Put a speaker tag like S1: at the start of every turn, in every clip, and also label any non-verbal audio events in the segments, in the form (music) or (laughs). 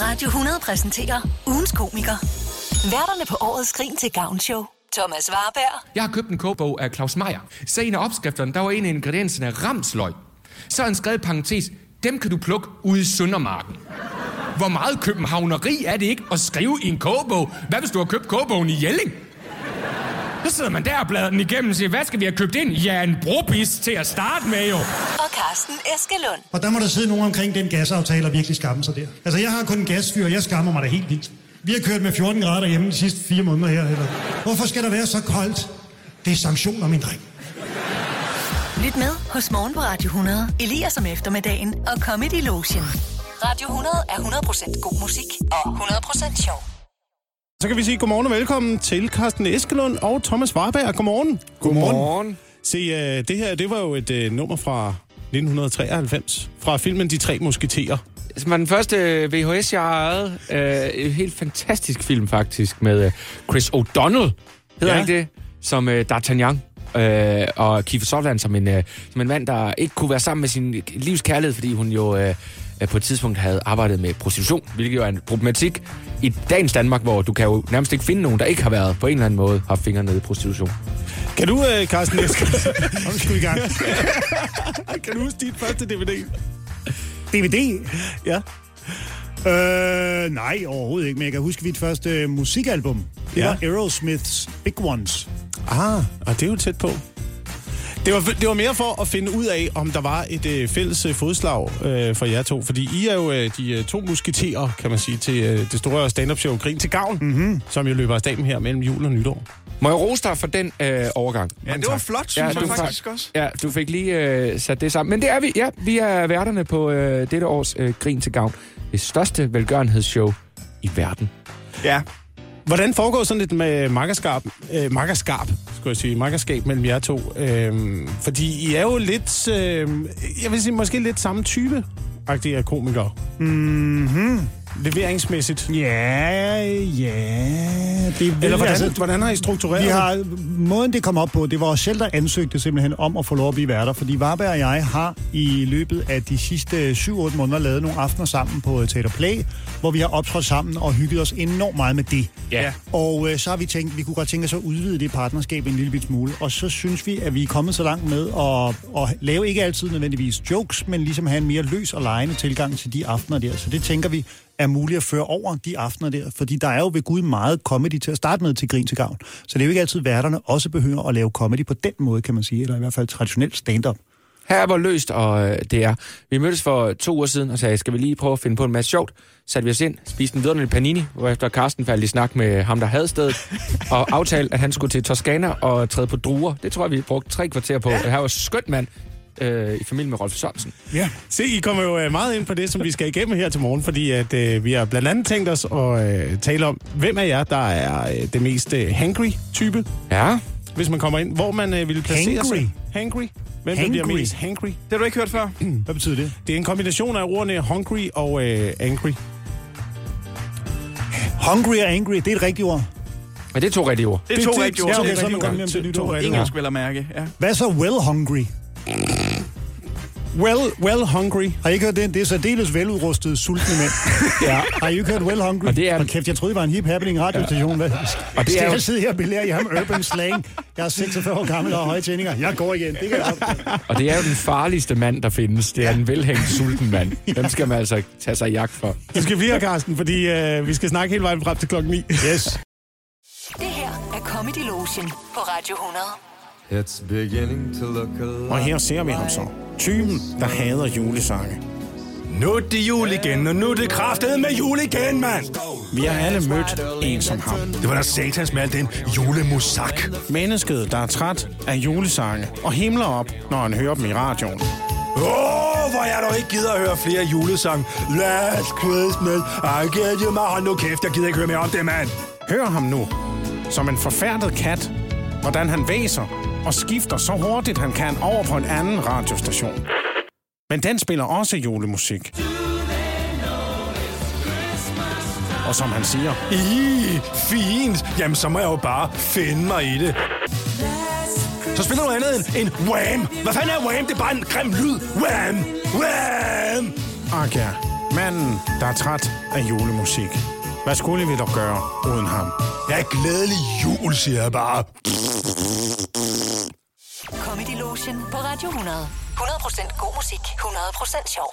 S1: Radio 100 præsenterer ugens komiker. Værterne på årets grin til gavn show. Thomas Warberg
S2: Jeg har købt en kogebog af Claus Meier. Se en af opskrifterne, der var en af ingredienserne ramsløg. Så har han skrevet i parentes, dem kan du plukke ude i Søndermarken. Hvor meget københavneri er det ikke at skrive i en kogebog? Hvad hvis du har købt kogebogen i Jelling? Så sidder man der og bladrer den igennem og siger, hvad skal vi have købt ind? Ja, en brobis til at starte med jo.
S1: og Carsten Eskelund.
S3: Og der må der sidde nogen omkring den gasaftale og virkelig skamme sig der. Altså, jeg har kun en gasfyr, og jeg skammer mig da helt vildt. Vi har kørt med 14 grader hjemme de sidste fire måneder her. Eller. Hvorfor skal der være så koldt? Det er sanktioner, min dreng.
S1: Lyt med hos Morgen på Radio 100, Elias om eftermiddagen og Comedy Lotion. Radio 100 er 100% god musik og 100% sjov.
S4: Så kan vi sige godmorgen og velkommen til Carsten Eskelund og Thomas Warberg. Godmorgen.
S2: Godmorgen.
S4: Se, øh, det her det var jo et øh, nummer fra 1993, fra filmen De Tre Musketerer.
S2: Det var den første øh, VHS, jeg har ejet. Øh, en helt fantastisk film, faktisk, med øh, Chris O'Donnell, hedder
S4: Ja.
S2: ja. ikke det? Som øh, D'Artagnan. Øh, og Kiefer Sutherland som en, øh, som en mand, der ikke kunne være sammen med sin livs kærlighed, fordi hun jo øh, øh, på et tidspunkt havde arbejdet med prostitution, hvilket jo er en problematik i dagens Danmark, hvor du kan jo nærmest ikke finde nogen, der ikke har været på en eller anden måde haft fingre nede i prostitution.
S4: Kan du, øh, (laughs) Carsten Eskelund... Nu skal vi i gang. kan du huske dit første DVD?
S5: DVD?
S4: Ja.
S5: Øh, nej, overhovedet ikke, men jeg kan huske mit første øh, musikalbum. Det
S4: Ja.
S5: ja. var Aerosmiths Big Ones.
S4: Ah, og det er jo tæt på. Det var, det var mere for at finde ud af, om der var et øh, fælles øh, fodslag øh, for jer to. Fordi I er jo øh, de øh, to musketerer, kan man sige, til øh, det store stand-up show Grin til Gavn, mm-hmm. som jo løber af staben her mellem jul og nytår.
S2: Må jeg rose dig for den øh, overgang?
S6: Ja, det var flot, synes jeg faktisk
S2: fa-
S6: også.
S2: Ja, du fik lige øh, sat det sammen. Men det er vi. Ja, vi er værterne på øh, dette års øh, Grin til Gavn. Det største velgørenhedsshow i verden.
S6: Ja.
S4: Hvordan foregår sådan lidt med makkerskab, øh, makkerskab, skulle jeg sige, makkerskab mellem jer to? Øh, fordi I er jo lidt, øh, jeg vil sige, måske lidt samme type agtige komikere. Mm-hmm. Leveringsmæssigt.
S5: Ja, ja. Det vil,
S4: Eller hvordan, altså,
S5: altså,
S4: hvordan har I struktureret
S5: vi
S4: det?
S5: har, måden det kom op på, det var os selv, der ansøgte simpelthen om at få lov at blive værter, fordi Varberg og jeg har i løbet af de sidste 7-8 måneder lavet nogle aftener sammen på øh, Teater Play, hvor vi har optrådt sammen og hygget os enormt meget med det.
S2: Ja.
S5: Og øh, så har vi tænkt, vi kunne godt tænke os at udvide det partnerskab en lille bit smule. Og så synes vi, at vi er kommet så langt med at, at lave ikke altid nødvendigvis jokes, men ligesom have en mere løs og lejende tilgang til de aftener der. Så det tænker vi er muligt at føre over de aftener der, fordi der er jo ved Gud meget comedy til at starte med til Grin til Gavn. Så det er jo ikke altid, at værterne også behøver at lave comedy på den måde, kan man sige, eller i hvert fald traditionelt stand-up.
S2: Her er hvor løst, og øh, det er. Vi mødtes for to uger siden og sagde, skal vi lige prøve at finde på en masse sjovt? Satte vi os ind, spiste en vidunderlig panini, hvorefter Carsten faldt i snak med ham, der
S6: (laughs)
S2: havde stedet, og aftalte, at han skulle til Toskana og træde på druer. Det tror jeg, vi brugte tre kvarter på. Ja. Han var skønt mand øh, i familie med Rolf Sørensen.
S5: Ja.
S4: Se, I kommer jo øh, meget ind på det, som vi skal igennem her til morgen, fordi at, øh, vi har blandt andet tænkt os at øh, tale om, hvem af jer, der er øh, det mest øh, hangry-type,
S2: Ja,
S4: hvis man kommer ind. Hvor man øh, ville placere
S5: Hangry?
S4: sig. Hangry? Hvem der bliver
S5: Hangry?
S4: mest hangry?
S6: Det har du ikke hørt før.
S5: Hvad betyder det?
S4: Det er en kombination af ordene hungry og øh, angry.
S5: Hungry og angry, det er et rigtigt ord.
S2: men det er to rigtige ord.
S6: Det er to rigtige ord.
S5: ja,
S6: Det
S5: okay,
S6: er
S5: så er man
S6: rigtige
S5: kommet hjem til
S4: To
S5: nytår.
S6: ord.
S4: rigtige ord.
S6: Engelsk vil jeg mærke, ja.
S5: Hvad så well hungry?
S4: Well, well hungry.
S5: Har I ikke hørt den? Det er særdeles veludrustede, sultne
S2: (laughs)
S5: mænd. ja. Har I ikke hørt Well Hungry?
S2: Og det er-
S5: Hold kæft, jeg troede, I var en hip happening radiostation. Hvad? Og det er jo... Jeg sidde her og belære jer om urban slang. Jeg er 46 år gammel og har høje tændinger. Jeg går igen. Det kan jeg godt.
S2: Og det er jo den farligste mand, der findes. Det er en velhængt sulten mand. Dem skal man altså tage sig i jagt for.
S4: Du skal blive her, Carsten, fordi øh, vi skal snakke hele vejen frem til klokken 9. Yes.
S1: Det her er Comedy Lotion på Radio 100.
S7: It's beginning to look a lot
S4: Og her ser vi ham så. Typen, der hader julesange.
S6: Nu er det jul igen, og nu er det kraftet med jul igen, mand!
S4: Vi har alle mødt en som ham.
S6: Det var da satans med al den julemusak.
S4: Mennesket, der er træt af julesange og himler op, når han hører dem i radioen.
S6: Åh, oh, hvor jeg dog ikke gider at høre flere julesange. Last Christmas, I get you my... Hold nu kæft, jeg gider ikke høre mere om det, mand.
S4: Hør ham nu, som en forfærdet kat, hvordan han væser og skifter så hurtigt han kan over på en anden radiostation. Men den spiller også julemusik. Og som han siger,
S6: I, fint. Jamen, så må jeg jo bare finde mig i det. Så spiller du andet end en wham. Hvad fanden er wham? Det er bare en grim lyd. Wham! Wham!
S4: Ak ja, Manden, der er træt af julemusik. Hvad skulle vi dog gøre uden ham?
S6: Ja, glædelig jul, siger jeg bare.
S1: Comedy Lotion på Radio 100. 100% god musik, 100% sjov.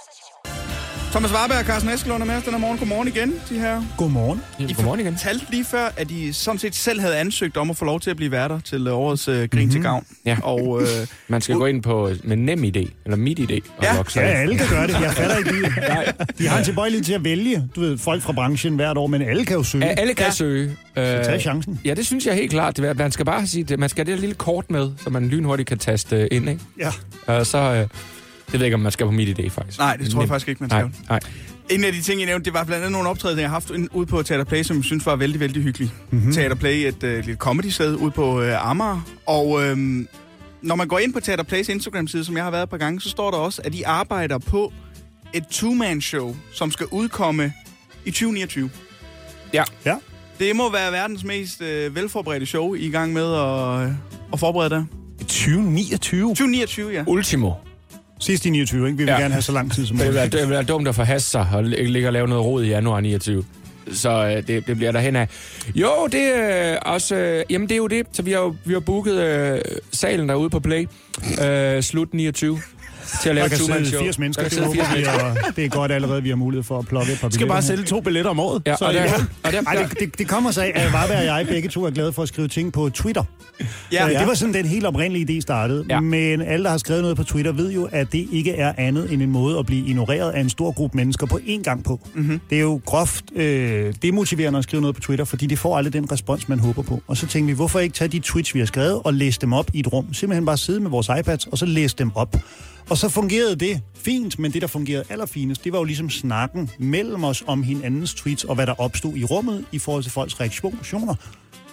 S8: Thomas Warberg og Carsten Eskelund er med os den her morgen. Godmorgen igen, de her.
S5: Godmorgen.
S2: Jamen, godmorgen igen.
S8: talte lige før, at I sådan set selv havde ansøgt om at få lov til at blive værter til øh, årets øh, Grin mm-hmm. til Gavn.
S2: Ja.
S8: (laughs) Og øh,
S2: Man skal gå ind på øh, med nem idé, eller mit idé, og
S8: Ja.
S2: logge sig
S5: Ja,
S2: ind.
S5: alle kan gøre det. Jeg fatter ikke lige. De har en tilbøjelighed til at vælge. Du ved, folk fra branchen hvert år, men alle kan jo søge.
S2: Ja, alle kan
S8: Ja.
S2: ja. søge. Øh,
S5: Så tag chancen.
S2: Ja, det synes jeg helt klart. Det er- Man skal bare sige, det- man skal have det lille kort med, så man lynhurtigt kan taste øh, ind, ikke?
S5: Ja.
S2: Og så... Øh, det ved jeg ikke, om man skal på mit idé, faktisk.
S8: Nej, det tror jeg faktisk ikke, man skal.
S2: Nej, nej.
S8: en af de ting, jeg nævnte, det var blandt andet nogle optrædener, jeg har haft ind- ude på Teater Play, som jeg synes var vældig, vældig hyggelig. Mm-hmm. Teater Play, et øh, lille comedy-sted ude på øh, Amager. Og øh, når man går ind på Teater Plays Instagram-side, som jeg har været et par gange, så står der også, at de arbejder på et two-man-show, som skal udkomme i 2029.
S2: Ja.
S5: Ja.
S8: Det må være verdens mest øh, velforberedte show, I er i gang med at, øh, at forberede der.
S4: 2029?
S8: 2029, ja.
S2: Ultimo.
S5: Sidst i 29, ikke? Vi vil
S2: Ja.
S5: gerne have så lang tid som
S2: Det vil,
S5: muligt.
S2: være, det vil være dumt at forhaste sig og lig- ligge og lave noget rod i januar 29. Så øh, det, det bliver der hen af. Jo, det er øh, også... Øh, jamen, det er jo det. Så vi har jo vi har booket øh, salen derude på Play. Øh, slut 29. Til at lave
S5: Der
S2: et
S5: kan
S2: two-man
S5: sidde
S2: show.
S5: 80 mennesker.
S2: Der
S5: Det,
S2: kan sidde 80
S5: håber vi,
S2: mennesker.
S5: og det er godt allerede, vi har mulighed for at plukke et par
S4: Vi skal bare
S5: billetter.
S4: sælge to billetter om året.
S2: Ja,
S4: så
S2: og
S4: er
S2: der,
S4: det
S2: og der,
S5: Ej, det, det, det kommer sig af, at Varberg og jeg begge to er glade for at skrive ting på Twitter.
S8: Ja,
S5: Øh,
S8: ja.
S5: Det var sådan den helt oprindelige idé startede. Ja.
S2: Ja.
S5: Men alle, der har skrevet noget på Twitter, ved jo, at det ikke er andet end en måde at blive ignoreret af en stor gruppe mennesker på én gang på. Mm-hmm. Det er jo groft øh, demotiverende at skrive noget på Twitter, fordi det får aldrig den respons, man håber på. Og så tænkte vi, hvorfor ikke tage de tweets, vi har skrevet, og læse dem op i et rum? Simpelthen bare sidde med vores iPads, og så læse dem op. Og så fungerede det fint, men det, der fungerede allerfinest, det var jo ligesom snakken mellem os om hinandens tweets, og hvad der opstod i rummet i forhold til folks reaktioner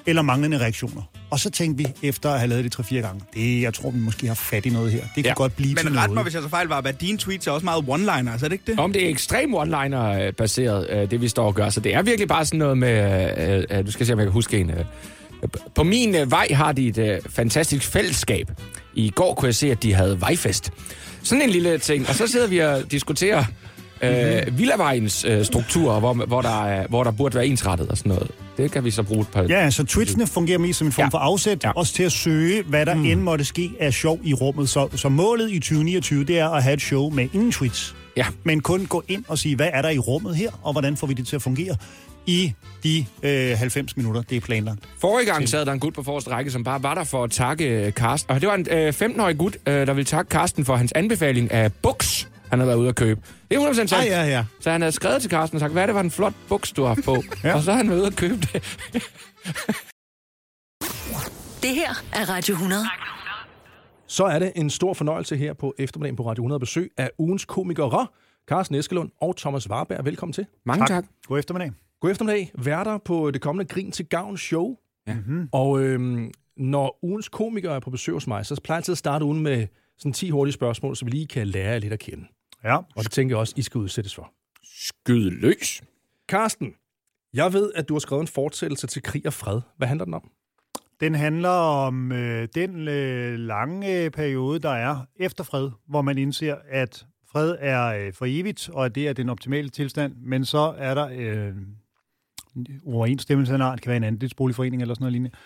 S5: eller manglende reaktioner. Og så tænkte vi, efter at have lavet det 3-4 gange, det, jeg tror, vi måske har fat i noget her. Det kan ja.
S2: Ja.
S5: godt blive til
S8: Men ret mig,
S5: noget.
S8: hvis jeg så fejl var, at dine tweets er også meget one-liners, er det ikke det?
S2: Om det er ekstrem øh, one-liner-baseret, det vi står og gør, så det er virkelig bare sådan noget med... øh, øh, Nu skal jeg se, om jeg kan huske en. øh. På min øh, vej har de et øh, fantastisk fællesskab. I går kunne jeg se, at de havde vejfest. Sådan en lille ting. Og så sidder vi og diskuterer øh, villavejens øh, strukturer, hvor, hvor, der, er- hvor der burde være ensrettet og sådan noget. Det kan vi så bruge et par...
S5: Ja, så twitsene fungerer mest som en form
S2: Ja.
S5: for afsæt, ja.
S2: Ja.
S5: også til at søge, hvad der mm. end måtte ske af sjov i rummet. Så, så målet i 2029, det er at have et show med ingen tweets.
S2: Ja.
S5: Men kun gå ind og sige, hvad er der i rummet her, og hvordan får vi det til at fungere i de øh, 90 minutter, det er planlagt.
S2: Forrige gang sad der en gut på forreste række, som bare var der for at takke øh, Karsten. Og det var en øh, 15-årig gut, øh, der ville takke Karsten for hans anbefaling af buks, han havde været ude at købe. Det er 100% sandt.
S4: Ah, ja, ja.
S2: Så han havde skrevet til Karsten og sagt, hvad er det var en flot buks, du har
S4: (laughs)
S2: haft på? ja. Og så har han været ude at købe det.
S1: Det her er Radio 100.
S9: så er det en stor fornøjelse her på eftermiddagen på Radio 100 besøg af ugens komikere, Carsten Eskelund og Thomas Warberg. Velkommen til.
S2: Mange tak. tak.
S5: God eftermiddag.
S9: God eftermiddag, værter på det kommende Grin til Gavn show. Ja. Og øhm, når ugens komikere er på besøg hos mig, så plejer jeg altid at starte ugen med sådan 10 hurtige spørgsmål, så vi lige kan lære jer lidt at kende.
S5: Ja.
S9: Og det tænker jeg også, I skal udsættes for.
S2: Skyd løs.
S9: Carsten, jeg ved, at du har skrevet en fortsættelse til Krig og Fred. Hvad handler den om?
S5: Den handler om øh, den øh, lange øh, periode, der er efter fred, hvor man indser, at fred er øh, for evigt, og at det er den optimale tilstand, men så er der øh, uoverensstemmelse af en art, kan være en andelsboligforening eller sådan noget lignende.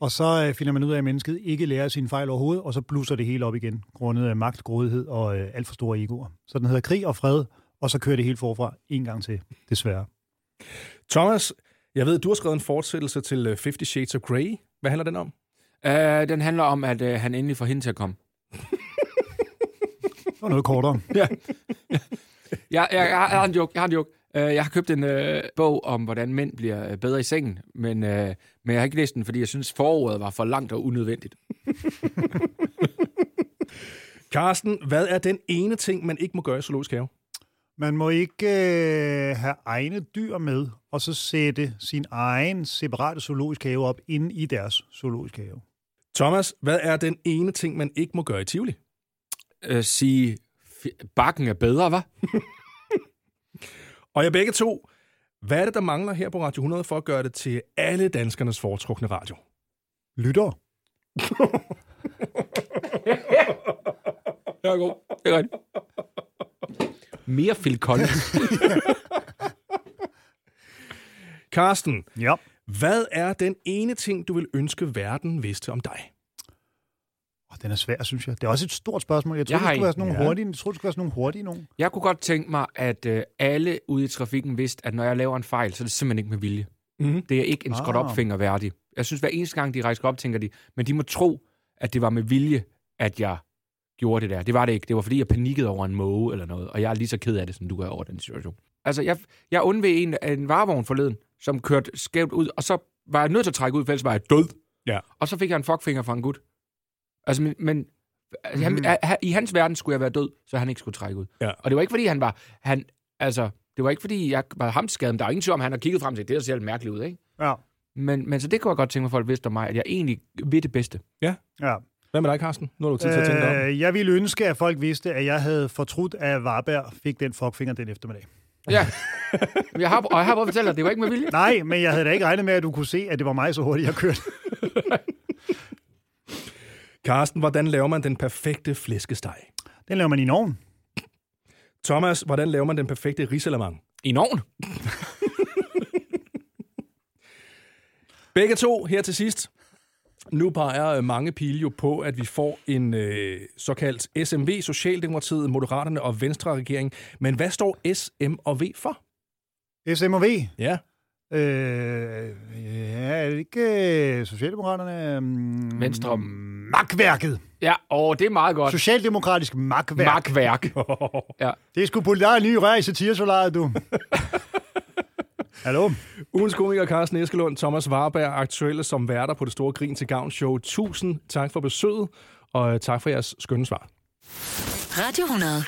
S5: Og så øh, finder man ud af, at mennesket ikke lærer sine fejl overhovedet, og så blusser det hele op igen, grundet af magt, grådighed og øh, alt for store egoer. Så den hedder Krig og Fred, og så kører det helt forfra en gang til, desværre.
S9: Thomas, jeg ved, at du har skrevet en fortsættelse til øh, Fifty Shades of Grey. Hvad handler den om?
S2: Øh, den handler om, at øh, han endelig får hende til at komme.
S5: Det var noget kortere.
S2: Jeg, jeg, jeg, har- jeg har en joke. Jeg har en joke. Øh, jeg har købt en øh, bog om, hvordan mænd bliver øh, bedre i sengen, men, øh, men jeg har ikke læst den, fordi jeg synes, foråret var for langt og unødvendigt.
S9: Carsten, hvad er den ene ting, man ikke må gøre i zoologisk have?
S5: Man må ikke øh, have egne dyr med, og så sætte sin egen separate zoologisk have op inde i deres zoologisk have.
S9: Thomas, hvad er den ene ting, man ikke må gøre i Tivoli?
S2: Øh, sige, "F- bakken er bedre, var?
S9: Og jeg begge to, hvad er det, der mangler her på Radio 100 for at gøre det til alle danskernes foretrukne radio?
S5: Lytter.
S2: Det er god. Det er rigtigt. Mere Phil Collins.
S9: Karsten,
S5: Ja.
S9: hvad er den ene ting, du vil ønske verden vidste om dig?
S5: Og den er svær, synes jeg. Det er også et stort spørgsmål. Jeg tror,
S2: Jeg
S5: det
S2: har
S5: skulle
S2: en.
S5: være sådan nogle
S9: Ja.
S5: hurtige. Jeg tror, det skulle være sådan nogle hurtige nogen.
S2: jeg kunne godt tænke mig, at øh, alle ude i trafikken vidste, at når jeg laver en fejl, så er det simpelthen ikke med vilje.
S9: Mhm.
S2: Det er ikke en skråt
S5: Ah.
S2: opfinger værdig. Jeg synes, hver eneste gang, de rejser op, tænker de, men de må tro, at det var med vilje, at jeg gjorde det der. Det var det ikke. Det var, fordi jeg panikkede over en måge eller noget, og jeg er lige så ked af det, som du er over den situation. Altså, jeg, jeg undvede en, en varevogn forleden, som kørte skævt ud, og så var jeg nødt til at trække ud, for ellers var jeg død.
S9: Ja.
S2: Og så fik jeg en fuckfinger fra en gut. Altså, men, men altså, han, a- ha- i hans verden skulle jeg være død, så han ikke skulle trække ud.
S9: Mm. Ja.
S2: Og det var ikke, fordi han var... Han, altså, det var ikke, fordi jeg var hamskadet, men der er ingen tvivl om, han har kigget frem til, det der ser lidt mærkeligt ud, ikke?
S5: Ja.
S2: Men, men så det kunne jeg godt tænke mig, at folk vidste om mig, at jeg egentlig ved det bedste.
S5: Ja.
S9: Hvad med dig, Karsten? Nu har du tid til at tænke dig om.
S5: Øh, jeg ville ønske, at folk vidste, at jeg havde fortrudt, at Varberg fik den fuckfinger den eftermiddag.
S2: Ja. Men (laughs) jeg har, og jeg har prøvet at fortælle dig, det var ikke med vilje.
S5: Nej, men jeg havde da ikke regnet med, at du kunne se, at det var mig så hurtigt, jeg kørte.
S9: Karsten, hvordan laver man den perfekte flæskesteg?
S5: Den laver man i en ovn.
S9: Thomas, hvordan laver man den perfekte risalamang?
S2: I en ovn.
S9: Begge to her til sidst. Nu peger øh, mange pile jo på, at vi får en øh, såkaldt SMV, Socialdemokratiet, Moderaterne og Venstre-regering. Men hvad står SM og V for?
S5: SMV.
S9: Ja.
S5: Øh, ja, er det ikke øh, Socialdemokraterne? Mm,
S2: Venstre.
S5: Magtværket.
S2: Ja, åh, det er meget godt.
S5: Socialdemokratisk magtværk. Mag.
S2: Magtværk.
S5: Det skulle putte dig en ny rør i satirsolaret, du. Hallo?
S9: Ugens komiker Carsten Eskelund, Thomas Warberg, aktuelle som værter på det store Grin til Gavn Show. Tusind tak for besøget, og øh, tak for jeres skønne svar.
S1: Radio 100.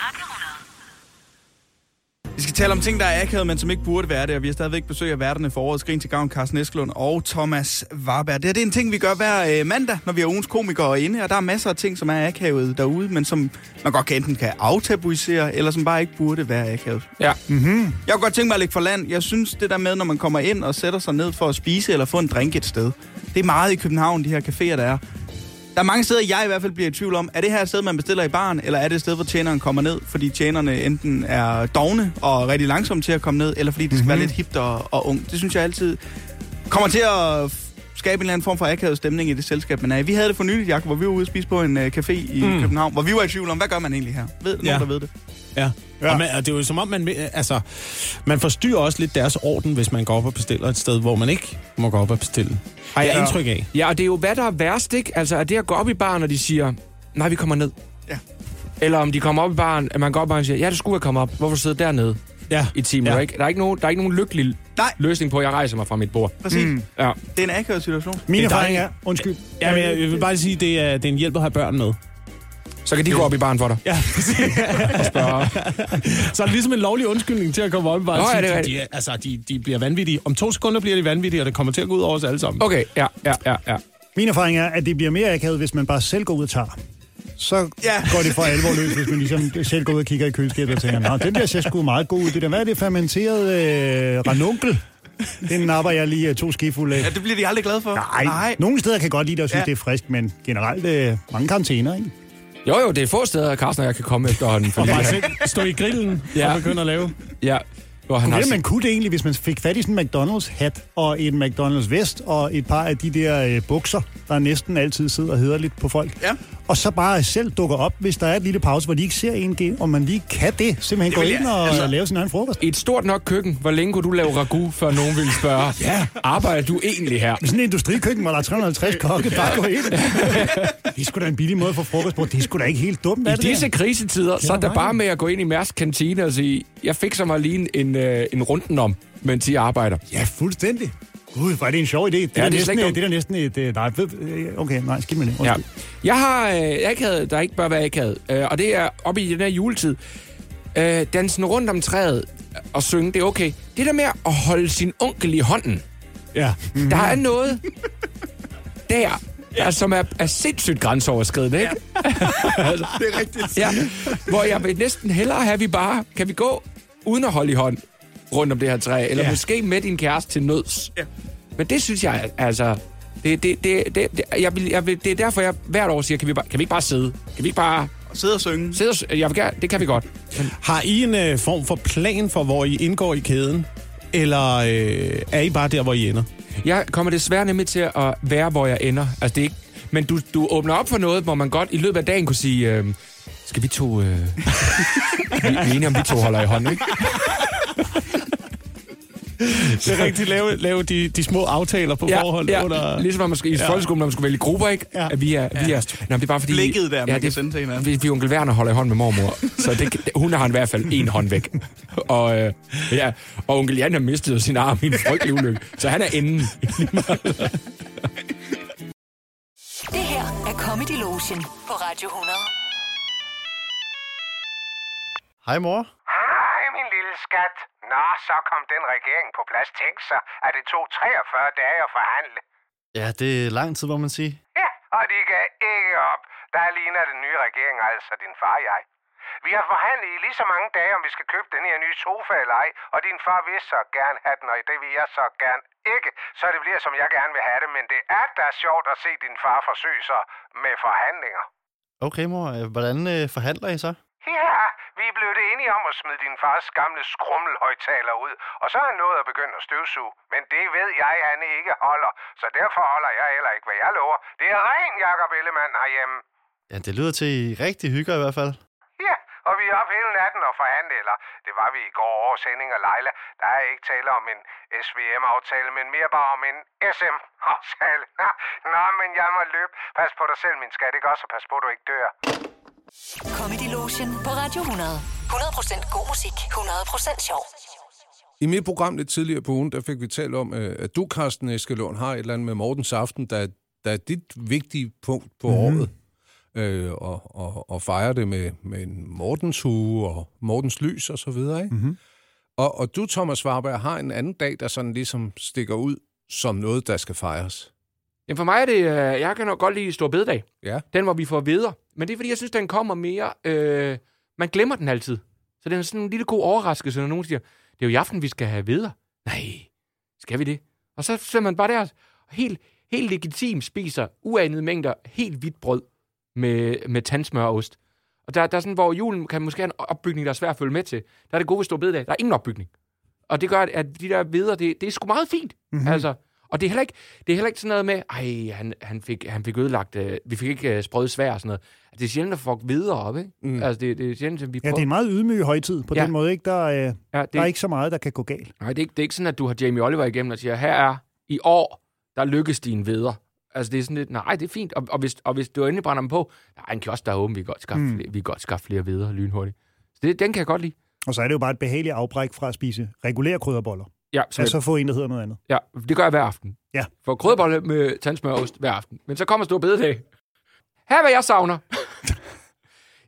S8: Vi skal tale om ting, der er akavet, men som ikke burde være det, og vi har stadigvæk besøg af værterne for årets Grin til Gavn, Carsten Eskelund og Thomas Warberg. Det, her, det er en ting, vi gør hver øh, mandag, når vi har ugens komikere inde, og der er masser af ting, som er akavet derude, men som man godt kan enten kan aftabuisere, eller som bare ikke burde være akavet. Mhm.
S2: Ja.
S8: Jeg kunne godt tænke mig at ligge for land. Jeg synes, det der med, når man kommer ind og sætter sig ned for at spise eller få en drink et sted, det er meget i København, de her caféer, der er. Der er mange steder, jeg i hvert fald bliver i tvivl om, er det her et sted, man bestiller i baren, eller er det et sted, hvor tjeneren kommer ned, fordi tjenerne enten er dogne og rigtig langsomme til at komme ned, eller fordi det skal mm-hmm. være lidt hipt og, og ung. Det synes jeg altid kommer til at f- skabe en eller anden form for akavet stemning i det selskab, man er i. Vi havde det for nyligt, Jacob, hvor vi var ude og spise på en uh, café i mm. København, hvor vi var i tvivl om, hvad gør man egentlig her? Ved nogen,
S4: Ja.
S8: der ved det?
S4: Ja. ja. Og, man, og det er jo som om, man, øh, altså, man forstyrrer også lidt deres orden, hvis man går op og bestiller et sted, hvor man ikke må gå op og bestille. Har jeg ja. indtryk af?
S2: Ja, og det er jo, hvad der er værst, ikke? Altså, er det at gå op i baren, og de siger, nej, vi kommer ned.
S8: Ja.
S2: Eller om de kommer op i baren, at man går op i baren og siger, ja, du skulle have kommet op. Hvorfor sidder du dernede
S4: Ja.
S2: i timen?
S4: Ja.
S2: Ja. Der, er ikke, der, er ikke nogen, der er ikke nogen lykkelig
S8: Nej.
S2: løsning på, at jeg rejser mig fra mit bord.
S8: Præcis. Mm.
S2: Ja.
S8: Det er en akavet situation.
S5: Min
S4: Det er
S5: erfaring
S4: dig.
S5: er... Undskyld.
S4: Ja, men jeg jeg vil bare sige, det er, det er en hjælp at have børn med.
S2: Så kan de gå op i baren for dig.
S4: Ja,
S2: og spørge.
S4: så er det ligesom en lovlig undskyldning til at komme op og bare
S2: Nå, ja, det
S4: sige,
S2: er
S4: de, de, er- altså, de, de bliver vanvittige. Om to sekunder bliver de vanvittige, og det kommer til at gå ud over os alle sammen.
S2: Okay, ja, ja, ja, ja.
S5: Min erfaring er, at det bliver mere akavet, hvis man bare selv går ud og tager. Så
S8: Ja.
S5: ja. går det for alvor løs, hvis man ligesom selv går ud og kigger i køleskabet og tænker, nej, den der ser sgu meget god ud. Det der, hvad er det fermenteret øh, ranunkel? Den napper jeg lige øh, to skefulde af.
S8: Ja, det bliver de aldrig glade for.
S5: Nej,
S8: Nej.
S5: Nej, nogle steder kan godt lide det og synes,
S8: Ja.
S5: ja. det er frisk, men generelt øh, mange karantæner, ikke?
S2: Jo, jo, det er få steder, Carsten og jeg kan komme efterhånden.
S4: Og
S2: Fordi,
S4: bare selv stå i grillen
S2: Ja.
S4: og begynde at lave.
S2: ja, hvor han
S5: Men
S2: har...
S5: det, man kunne det egentlig, hvis man fik fat i sådan en McDonald's-hat og en McDonald's-vest og et par af de der øh, bukser, der næsten altid sidder hederligt på folk.
S8: Ja.
S5: Og så bare selv dukker op, hvis der er et lille pause, hvor de ikke ser en gen, og man lige kan det. Simpelthen gå
S8: vil
S5: ind
S8: jeg-
S5: og
S8: altså-
S5: altså... lave sin egen frokost.
S2: I et stort nok køkken, hvor længe kunne du lave ragu, før nogen ville spørge, ja. arbejder du egentlig her?
S5: I sådan et industrikøkken, hvor der er 350 kokke, bare gå ind. (laughs) det er sgu da en billig måde for frokost på. Det er sgu da ikke helt dumt, er
S2: I
S5: det
S2: disse
S5: der?
S2: krisetider, så er der
S5: mig.
S2: bare med at gå ind i Mærsk kantine og sige, jeg fik så mig lige en, en, øh, en runden om, mens I arbejder.
S5: Ja, fuldstændig. Gud, hvor er det en sjov idé. Det, ja,
S2: det
S5: er,
S2: er
S5: næsten,
S2: slet ikke
S5: det er da næsten et... øh, Nej, ved- øh, okay, nej, skidt med det.
S2: Ja.
S5: Undskyld.
S2: Jeg har øh, akavet, der ikke bør være akavet, øh, og det er oppe i den her juletid. Øh, dansen rundt om træet og synge, det er okay. Det der med at holde sin onkel i hånden,
S5: Ja.
S2: mm. der er noget der, der som er, er sindssygt grænseoverskridende, ikke?
S8: (laughs) Det er rigtigt.
S2: Ja. Hvor jeg vil næsten hellere have, vi bare, kan vi gå uden at holde i hånd rundt om det her træ, eller
S4: Ja.
S2: ja. måske med din kæreste til nøds.
S8: Ja.
S2: Men det synes jeg, altså... Det, det, det, det, det, jeg vil, jeg vil, det er derfor, jeg hvert år siger, kan vi, bare, kan vi ikke bare sidde? Kan vi ikke bare Sidde og synge.
S9: Sidder, s- jeg vil gerne, det kan vi godt.
S4: Har I en øh, form for plan for, hvor I indgår i kæden? Eller øh, er I bare der, hvor I ender?
S9: Jeg kommer desværre nemlig til at være, hvor jeg ender. Altså, det er ikke... Men du, du åbner op for noget, hvor man godt i løbet af dagen kunne sige, øh, skal vi to... Øh... (laughs) vi, vi er enige om, vi to holder i hånden, ikke?
S4: Det er rigtigt. Lave, lave de, de små aftaler på forhånd. Under...
S9: Ligesom når man skal, i ja. folkeskolen, når man skulle vælge grupper, ikke?
S4: Ja.
S9: Ja. At vi er, vi er... Nå, men det er bare fordi...
S2: Blikket der, man
S9: det-
S2: kan sende til hinanden.
S9: Vi, vi er onkel Werner holder i hånd med mormor, så det, hun har i hvert fald en hånd væk. Og, øh, ja, og onkel Jan har mistet jo sin arm i en frygtelig ulykke, så han er enden.
S1: Det her er Comedy Lotion på Radio 100.
S10: Hej mor.
S8: Hej, min lille skat. Nå, så kom den regering på plads. Tænk sig, at det tog 43 dage at forhandle.
S10: Ja, det er lang tid, må man sige.
S8: Ja, og de gav ikke op. Der ligner den nye regering, altså din far og jeg. Vi har forhandlet i lige så mange dage, om vi skal købe den her nye sofa eller ej, og din far vil så gerne have den, og det vil jeg så gerne ikke. Så det bliver, som jeg gerne vil have det, men det er da sjovt at se din far forsøge sig med forhandlinger.
S10: Okay mor, øh, hvordan øh, forhandler I så?
S8: Ja, vi blev det enige om at smide din fars gamle skrummelhøjtaler ud, og så er han nået at begynde at støvsuge. Men det ved jeg, han ikke holder, så derfor holder jeg heller ikke, hvad jeg lover. Det er ren Jakob Ellemann herhjemme.
S10: Ja, det lyder til, I rigtig hygger i hvert fald.
S8: Ja, og vi er op hele natten og forhandle, eller det var vi i går over sending og Leila. Der er ikke tale om en SVM-aftale, men mere bare om en SM-aftale. (laughs) Nå, men jeg må løbe. Pas på dig selv, min skat, ikke også? Og pas på, du ikke dør.
S1: Comedy Lotion på Radio 100. 100% god musik, 100% sjov.
S11: I mit program lidt tidligere på ugen, der fik vi talt om, øh, at du, Carsten Eskelund, har et eller andet med Mortens Aften, der, er- der er dit vigtige punkt på mm-hmm. året. Øh, og, og, og fejre det med, med en Mortens hue og Mortens lys og så videre, ikke? Mm-hmm. Og, og du, Thomas Warberg, har en anden dag, der sådan ligesom stikker ud som noget, der skal fejres.
S9: Jamen for mig er det, øh, jeg kan nok godt lide Stor Bededag.
S11: Ja.
S9: Den, hvor vi får videre. Men det er, fordi jeg synes, den kommer mere... Øh, man glemmer den altid. Så den er sådan en lille god overraskelse, når nogen siger, det er jo i aften, vi skal have videre. Nej, skal vi det? Og så sidder man bare der og helt, helt legitim spiser uanede mængder helt hvidt brød med, med tandsmør og ost. Og der, der er sådan, hvor julen kan måske have en opbygning, der er svær at følge med til. Der er det gode ved Stor Bededag. Der er ingen opbygning. Og det gør, at- at de der videre, det, det er sgu meget fint.
S5: Mhm.
S9: Mm-hmm. Altså, og det er, heller ikke, det er heller ikke sådan noget med, ej, han, han, fik, han fik ødelagt, øh, vi fik ikke øh, sprøget svær og sådan noget. Altså, det er sjældent, at folk videre op, ikke? Mm. Altså, det, det er sjældent, at vi
S5: Ja, det er en meget ydmyg højtid på
S9: Ja.
S5: den måde, ikke? Der, øh, det...
S9: Ja, det,
S5: der er ikke så meget, der kan gå galt.
S9: Nej, det er, ikke, det er ikke sådan, at du har Jamie Oliver igennem og siger, her er i år, der lykkes din veder. Altså, det er sådan lidt, nej, det er fint. Og, og, hvis, og hvis du endelig brænder dem på, der er en kiosk, der er åben, vi kan godt skaffe, mm. flere, vi kan godt skaffe flere veder lynhurtigt. Så det, den kan jeg godt lide.
S5: Og så er det jo bare et behageligt afbræk fra at spise regulære krydderboller.
S9: Ja,
S5: Så altså få en, der hedder noget andet.
S9: Ja, det gør jeg hver aften.
S5: Ja.
S9: For krydderbolle med tandsmør og ost hver aften. Men så kommer stor bededag. Her er, hvad jeg savner.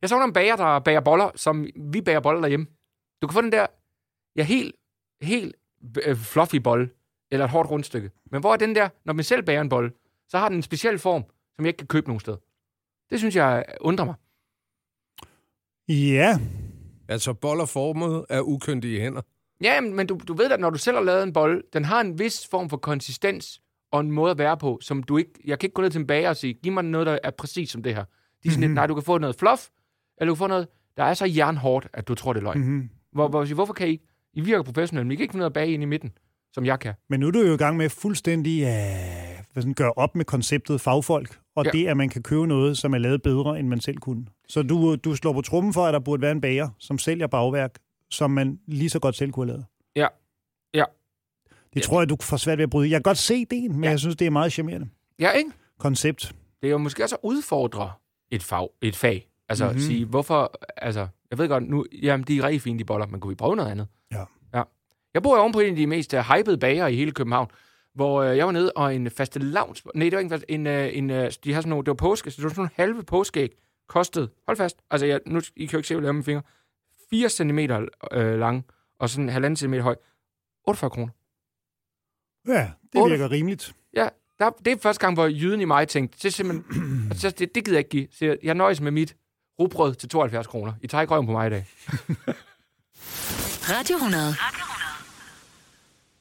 S9: jeg savner en bager, der bager boller, som vi bager boller derhjemme. Du kan få den der, ja, helt, helt øh, fluffy bolle, eller et hårdt rundstykke. Men hvor er den der, når man selv bager en bolle, så har den en speciel form, som jeg ikke kan købe nogen sted. Det synes jeg undrer mig.
S5: Ja,
S11: Altså boller formet af ukyndige hænder.
S9: Ja, men men du, du ved da, når du selv har lavet en bolle, den har en vis form for konsistens og en måde at være på, som du ikke... Jeg kan ikke gå ned til en bager og sige, giv mig noget, der er præcis som det her. De er sådan lidt, nej, du kan få noget fluff, eller du kan få noget, der er så jernhårdt, at du tror, det er løgn. Mm-hmm. Hvor, hvor, hvorfor kan I ikke? I virker professionelle, men I kan ikke finde noget at bage ind i midten, som jeg kan.
S5: men nu er du jo i gang med fuldstændig at sådan, gøre op med konceptet fagfolk, og
S9: Ja.
S5: ja. det, at man kan købe noget, som er lavet bedre, end man selv kunne. Så du, du slår på trummen for, at der burde være en bager, som sælger bagværk, som man lige så godt selv kunne have lavet.
S9: Ja. Ja.
S5: Det tror jeg, du får svært ved at bryde. Jeg kan godt se det, men ja. jeg synes, det er meget charmerende
S9: Ja, ikke?
S5: koncept.
S9: det er jo måske også at udfordre et, fag, et fag. Altså mm-hmm. sige, hvorfor, altså, jeg ved godt, nu, jamen, de er rigtig fine, de boller, men kunne vi prøve noget andet?
S5: Ja.
S9: ja. Jeg bor jo oven på en af de mest uh, hypede bager i hele København, hvor øh, jeg var nede, og en faste lavns, nej, det var ikke en, faste- en, øh, en øh, de har sådan nogle, det var påske, så det var sådan nogle halve påskeæg, kostede, hold fast, altså, jeg, nu, I kan jo ikke se, hvad jeg laver med mine fingre, 4 cm øh, lang, og sådan halvanden centimeter høj, 48 kroner.
S5: Ja, det
S9: Otte.
S5: virker rimeligt.
S9: Ja, der, det er første gang, hvor jyden i mig tænkte, det, er (clears throat) simpelthen, altså, det, det gider jeg ikke give. Så jeg, jeg nøjes med mit rugbrød til 72 kroner. I tager ikke røven på mig i dag.
S1: Radio 100.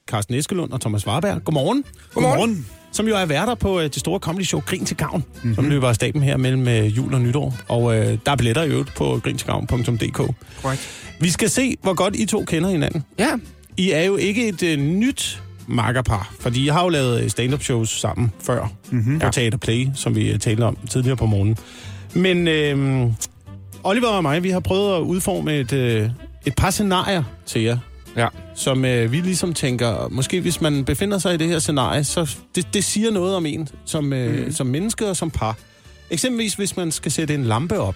S4: Carsten Eskelund og Thomas Warberg. Godmorgen.
S9: Godmorgen.
S4: som jo er værter på øh, det store comedy show Grin til Gavn, mm-hmm. som løber af staben her mellem øh, jul og nytår. Og øh, der er billetter i øvrigt på grintilgavn.dk. Correct. Vi skal se, hvor godt I to kender hinanden.
S9: Ja.
S4: I er jo ikke et øh, nyt makkerpar, fordi I har jo lavet øh, stand-up shows sammen før mm-hmm. på Teater Play, som vi øh, talte om tidligere på morgenen. Men øh, Oliver og mig, vi har prøvet at udforme et, øh, et par scenarier til jer.
S9: Ja.
S4: Som øh, vi ligesom tænker, måske hvis man befinder sig i det her scenarie, så det, det siger noget om en som, øh, mm. som menneske og som par. Eksempelvis hvis man skal sætte en lampe op.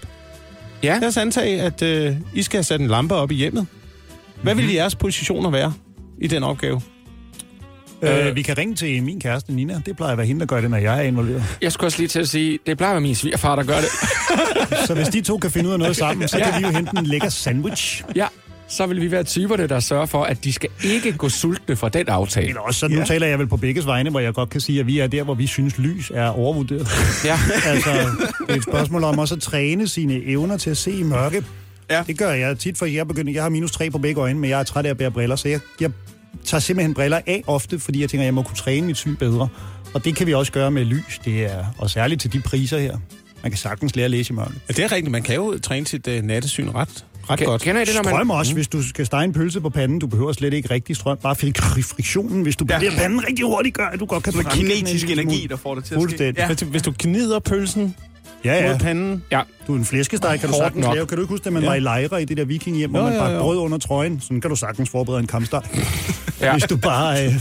S9: Ja.
S4: Lad os antage, at øh, I skal have sat en lampe op i hjemmet. Hvad
S9: Mhm.
S4: vil jeres positioner være i den opgave?
S5: Øh, vi kan ringe til min kæreste Nina. Det plejer at være hende, der gør det, når jeg er involveret.
S9: Jeg skulle også lige til at sige, det plejer at være min svigerfar, der gør det.
S5: Så hvis de to kan finde ud af noget sammen, så kan vi jo hente en lækker sandwich.
S9: Ja, så vil vi være typerne, der sørger for, at de skal ikke gå sultne fra den aftale.
S5: Eller også, så nu ja. taler jeg vel på begges vegne, hvor jeg godt kan sige, at vi er der, hvor vi synes, lys er (laughs) overvurderet.
S9: Ja.
S5: altså, det er et spørgsmål om også at træne sine evner til at se i mørke. Ja. Det gør jeg tit, for jeg, begynder, jeg har minus tre på begge øjne, men jeg er træt af at bære briller, så jeg, jeg tager simpelthen briller af ofte, fordi jeg tænker, at jeg må kunne træne mit syn bedre. Og det kan vi også gøre med lys, det er, og særligt til de priser her. Man kan sagtens lære at læse i mørket.
S4: Ja, det er rigtigt. Man kan jo træne sit øh, nattesyn ret, ret
S9: Ke-
S4: godt.
S9: kender I det, når man-
S5: Strøm også, hvis du skal stege en pølse på panden. Du behøver slet ikke rigtig strøm. Bare fik friktionen, hvis du ja. bliver panden rigtig hurtigt, gør, at du godt kan
S8: Sådan
S5: fremkalde den en
S8: kinetisk
S5: lille
S8: energi,
S5: smule.
S8: der får det til at ske.
S5: Fuldstændig.
S8: Ja.
S4: Hvis, hvis du gnider pølsen
S5: Ja,
S4: mod
S5: ja.
S4: panden,
S9: Ja.
S5: Du er en flæskesteg, kan du
S9: Hårdt
S5: sagtens
S9: nok.
S5: lave. Kan du ikke huske, at man
S4: Ja.
S5: ja. var i lejre i det der vikinghjem, hvor
S4: Jo,
S5: man
S4: jo,
S5: bare
S4: jo.
S5: brød under trøjen? Sådan kan du sagtens forberede en kampstart.
S9: Ja.
S5: ja. Hvis du bare øh,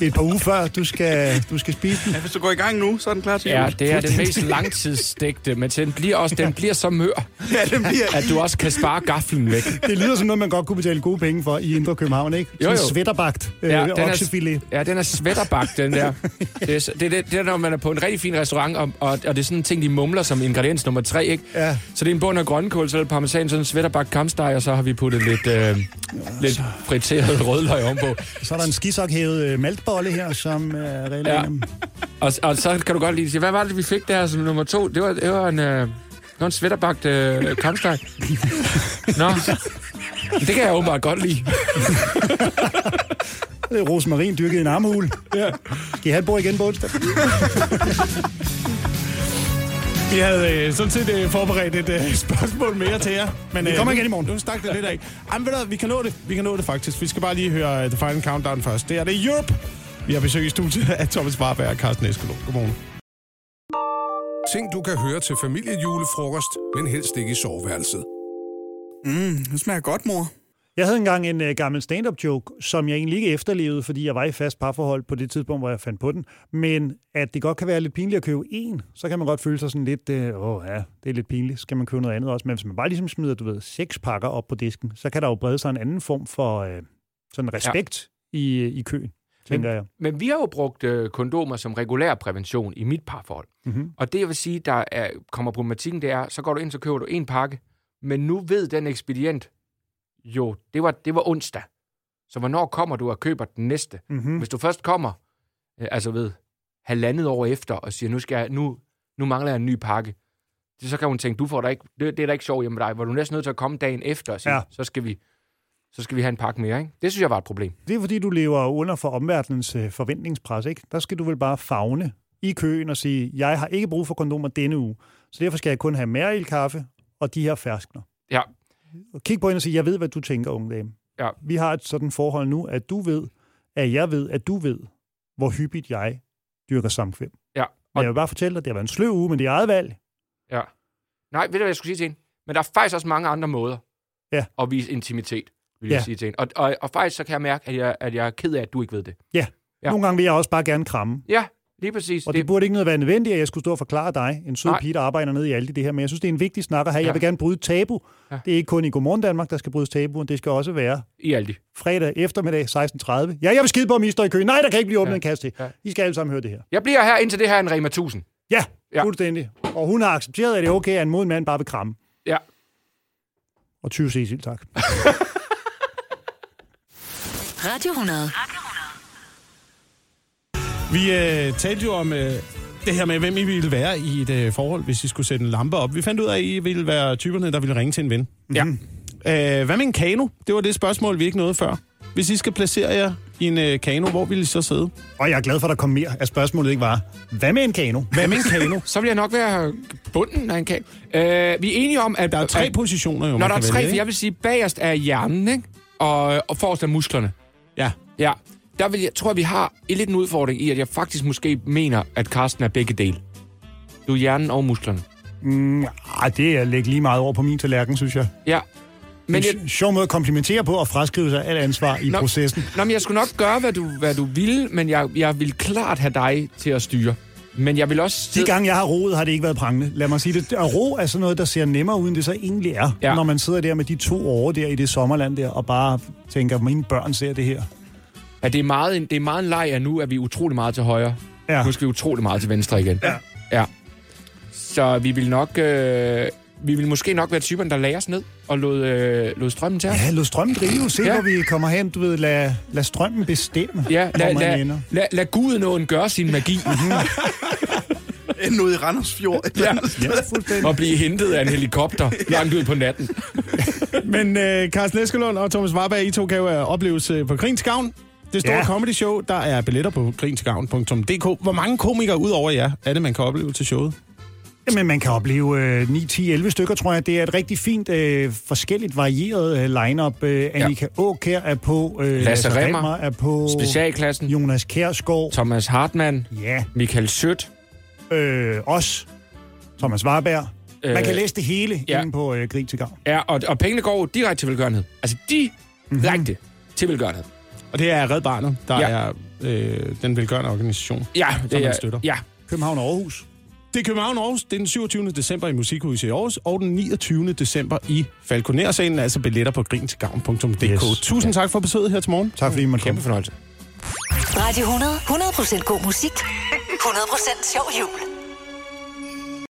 S5: et par uger før, du skal, du skal spise den.
S8: Ja, hvis du går i gang nu, så er den klar til
S9: Ja,
S8: jul.
S9: det er det mest langtidsstægte, men den bliver, også, den bliver så mør,
S8: (laughs) Ja, den bliver...
S9: at du også kan spare gaflen væk.
S5: Det lyder som noget, man godt kunne betale gode penge for i Indre København, ikke?
S9: Jo, jo.
S5: Sådan svætterbagt øh,
S9: Ja,
S5: ja,
S9: den er-
S5: oksefilet.
S9: Ja, den er svætterbagt,
S5: (laughs)
S9: den der. Det er, s- det, er det, det er, når man er på en rigtig fin restaurant, og, og, og det er sådan en ting, de mumler som ingrediens nummer tre, ikke?
S5: Ja.
S9: Så det er en bund af grønkål, så er det parmesan, sådan en svætterbagt kamsteg, og så har vi puttet lidt, øh, lidt friteret (laughs) rødløg ovenpå.
S5: Så er der en skisokhævet øh, maltbolle her, som øh, er reelt
S9: Ja.
S5: ja.
S9: Og, og så kan du godt lige sige, hvad var det, vi fik der som nummer to? Det var, det var en... Øh, det var en svætterbagt øh,
S5: (laughs)
S9: kamsteg. Nå, det kan jeg åbenbart godt lide.
S5: Øh, rosmarin dyrket i en
S4: (laughs)
S5: armhul. Ja. Skal I have et bord igen på onsdag?
S4: Vi havde øh, sådan set øh, forberedt et øh, spørgsmål mere til jer. Men, øh,
S5: Vi kommer igen i morgen.
S4: Nu stak det lidt af. Jamen, ved du, hvad, vi kan nå det. Vi kan nå det faktisk. Vi skal bare lige høre øh, The Final Countdown først. Det er det Europe. Vi har besøg i studiet af Thomas Warberg og Carsten Eskelund. Godmorgen.
S12: Ting, du kan høre til familiejulefrokost, men helst ikke i soveværelset.
S8: Mm, det smager godt, mor.
S5: Jeg havde engang en øh, gammel stand-up joke, som jeg egentlig ikke efterlevede, fordi jeg var i fast parforhold på det tidspunkt, hvor jeg fandt på den. Men at det godt kan være lidt pinligt at købe en, så kan man godt føle sig sådan lidt, øh, åh ja, det er lidt pinligt, skal man købe noget andet også. Men hvis man bare ligesom smider, du ved, seks pakker op på disken, så kan der jo brede sig en anden form for øh, sådan respekt ja. i, øh, i køen, tænker jeg.
S9: Men vi har jo brugt øh, kondomer som regulær prævention i mit parforhold.
S5: Mhm.
S9: Og det, jeg vil sige, der er, kommer problematikken, det er, så går du ind, så køber du en pakke, men nu ved den ekspedient, jo, det var, det var onsdag. Så hvornår kommer du og køber den næste?
S5: Mm-hmm.
S9: Hvis du først kommer, øh, altså ved, halvandet år efter, og siger, nu, skal jeg, nu, nu mangler jeg en ny pakke, det, så kan hun tænke, du får da ikke, det, det er da ikke sjovt hjemme med dig, hvor du er næsten nødt til at komme dagen efter og sige, ja.
S5: Ja.
S9: så, skal vi, så skal vi have en pakke mere. Ikke? Det synes jeg var et problem.
S5: Det er fordi, du lever under for omverdenens øh, forventningspres, ikke? Der skal du vel bare fagne i køen og sige, jeg har ikke brug for kondomer denne uge, så derfor skal jeg kun have Mariel kaffe og de her ferskner.
S9: Ja.
S5: Og kig på hende og sige, jeg ved, hvad du tænker, unge dame.
S9: Ja.
S5: Vi har et sådan forhold nu, at du ved, at jeg ved, at du ved, hvor hyppigt jeg dyrker samkvem.
S9: Ja.
S5: Men jeg vil bare fortælle dig, at det har været en sløv uge, men det er eget valg.
S9: Ja. Nej, ved du, hvad jeg skulle sige til hende? Men der er faktisk også mange andre måder
S5: Ja.
S9: at vise intimitet, vil jeg
S5: Ja.
S9: sige til hende. Og, og, og faktisk så kan jeg mærke, at jeg, at jeg er ked af, at du ikke ved det.
S5: Ja.
S9: Ja.
S5: ja. Nogle gange vil jeg også bare gerne kramme.
S9: Ja, lige præcis.
S5: Og det, det burde ikke noget være nødvendigt, at jeg skulle stå og forklare dig, en sød
S9: Nej.
S5: pige, der arbejder nede i alt det her. Men jeg synes, det er en vigtig snak at have.
S9: Ja.
S5: Jeg vil gerne bryde tabu.
S9: Ja.
S5: Ja. Det er ikke kun i Godmorgen Danmark, der skal brydes tabu. Det skal også være
S9: I alt det.
S5: fredag eftermiddag 16.30. Ja, jeg vil skide på, om I står i kø. Nej, der kan ikke blive åbnet
S9: Ja.
S5: ja. en kasse til.
S9: Ja.
S5: Ja. I skal alle sammen høre det her.
S9: Jeg bliver her, indtil det her er en Rema 1000.
S5: Ja,
S9: Ja.
S5: ja. fuldstændig. Og hun har accepteret, at det er okay, at en moden mand bare vil kramme.
S9: Ja.
S5: Og 20 Cecil, tak.
S1: Radio 100.
S4: Vi øh, talte jo om øh, det her med, hvem I ville være i et øh, forhold, hvis I skulle sætte en lampe op. Vi fandt ud af, at I ville være typerne, der ville ringe til en ven. Mm-hmm.
S9: Ja.
S4: Øh, hvad med en kano? Det var det spørgsmål, vi ikke nåede før. Hvis I skal placere jer i en øh, kano, hvor ville I så sidde?
S5: Og jeg er glad for, at der kom mere, at spørgsmålet ikke var, hvad med en kano? Hvad med en kano?
S9: så vil jeg nok være bunden af en kano. Øh, vi er enige om, at... Der er
S4: tre positioner, jo,
S9: Når
S4: man
S9: der er
S4: kan
S9: tre,
S4: vælge,
S9: for
S4: ikke?
S9: jeg vil sige, bagerst er hjernen, ikke? Og, og forrest er musklerne.
S4: Ja.
S9: Ja. Der vil jeg, tror jeg, vi har en lidt en udfordring i, at jeg faktisk måske mener, at Karsten er begge dele. Du er hjernen og musklerne.
S5: Mm, ej, det er at lægge lige meget over på min tallerken, synes jeg.
S9: Ja.
S5: Men
S9: Men
S5: det er en sjov måde at komplimentere på og fraskrive sig alt ansvar i
S9: Nå.
S5: processen.
S9: Nå, men jeg skulle nok gøre, hvad du, hvad du ville, men jeg, jeg vil klart have dig til at styre. Men jeg vil også...
S5: De gange, jeg har roet, har det ikke været prangende. Lad mig sige det. At ro er sådan noget, der ser nemmere ud, end det så egentlig er. Ja. Når man sidder der med de to år der i det sommerland der, og bare tænker, mine børn ser det her.
S9: Ja, det er meget en, det er meget en leg, at nu er vi utrolig meget til højre.
S5: Ja.
S9: Nu skal vi utrolig meget til venstre igen. Ja. ja. Så vi vil nok... Øh, vi vil måske nok være typen, der lagde os ned og lod, øh, lod strømmen til os.
S5: Ja, lad strømmen drive. Se, ja.
S9: Ja.
S5: hvor vi kommer hen. Du ved, lad, lad strømmen bestemme,
S9: Ja,
S5: hvor
S9: lad,
S5: man
S9: lad,
S5: ender. Mhm.
S9: lad, lad, lad gudenåen gøre sin magi.
S8: Enden ude i Randers Fjord.
S9: ja.
S8: fuldstændig.
S9: Og blive hentet af en helikopter langt ud på natten.
S4: Men øh, Carsten Eskelund og Thomas Warberg, I to kan jo øh, opleves øh, på Grins Gavn. Det store
S5: Ja.
S4: ja. comedy show, der er billetter på grinsgavn.dk. Hvor mange komikere ud over jer er det, man kan opleve til showet?
S5: Jamen, man kan opleve øh, 9, 10, 11 stykker, tror jeg. Det er et rigtig fint, øh, forskelligt varieret øh, lineup. Øh, Annika ja. Åkær er på. Øh,
S9: Lasse Remmer.
S5: er på.
S9: Specialklassen.
S5: Jonas Kjærsgaard.
S9: Thomas Hartmann.
S5: Ja.
S9: Michael Sødt.
S5: Øh, os. Thomas Warberg. Øh, man
S9: Øh,
S5: kan læse det hele ja.
S9: ja.
S5: inde på øh, Grig til Gavn.
S9: Ja, og, og pengene går jo direkte til velgørenhed. Altså
S4: Mhm.
S9: direkte mm-hmm. til velgørenhed.
S4: Og det er Red Barnet, der
S9: Ja.
S4: ja. er øh, den velgørende organisation,
S9: Ja,
S4: som
S9: det
S4: man
S9: er...
S4: støtter.
S9: Ja,
S5: København og Aarhus.
S4: Det er København og Aarhus. Det er den 27. december i Musikhuset i Aarhus, og den 29. december i Falconer-salen, altså billetter på grinsgavn.dk.
S5: Yes.
S4: Yes. Tusind tak for besøget her til morgen.
S5: Tak fordi I måtte komme.
S9: kæmpe fornøjelse.
S1: Radio 100. 100% god musik. 100% sjov jul.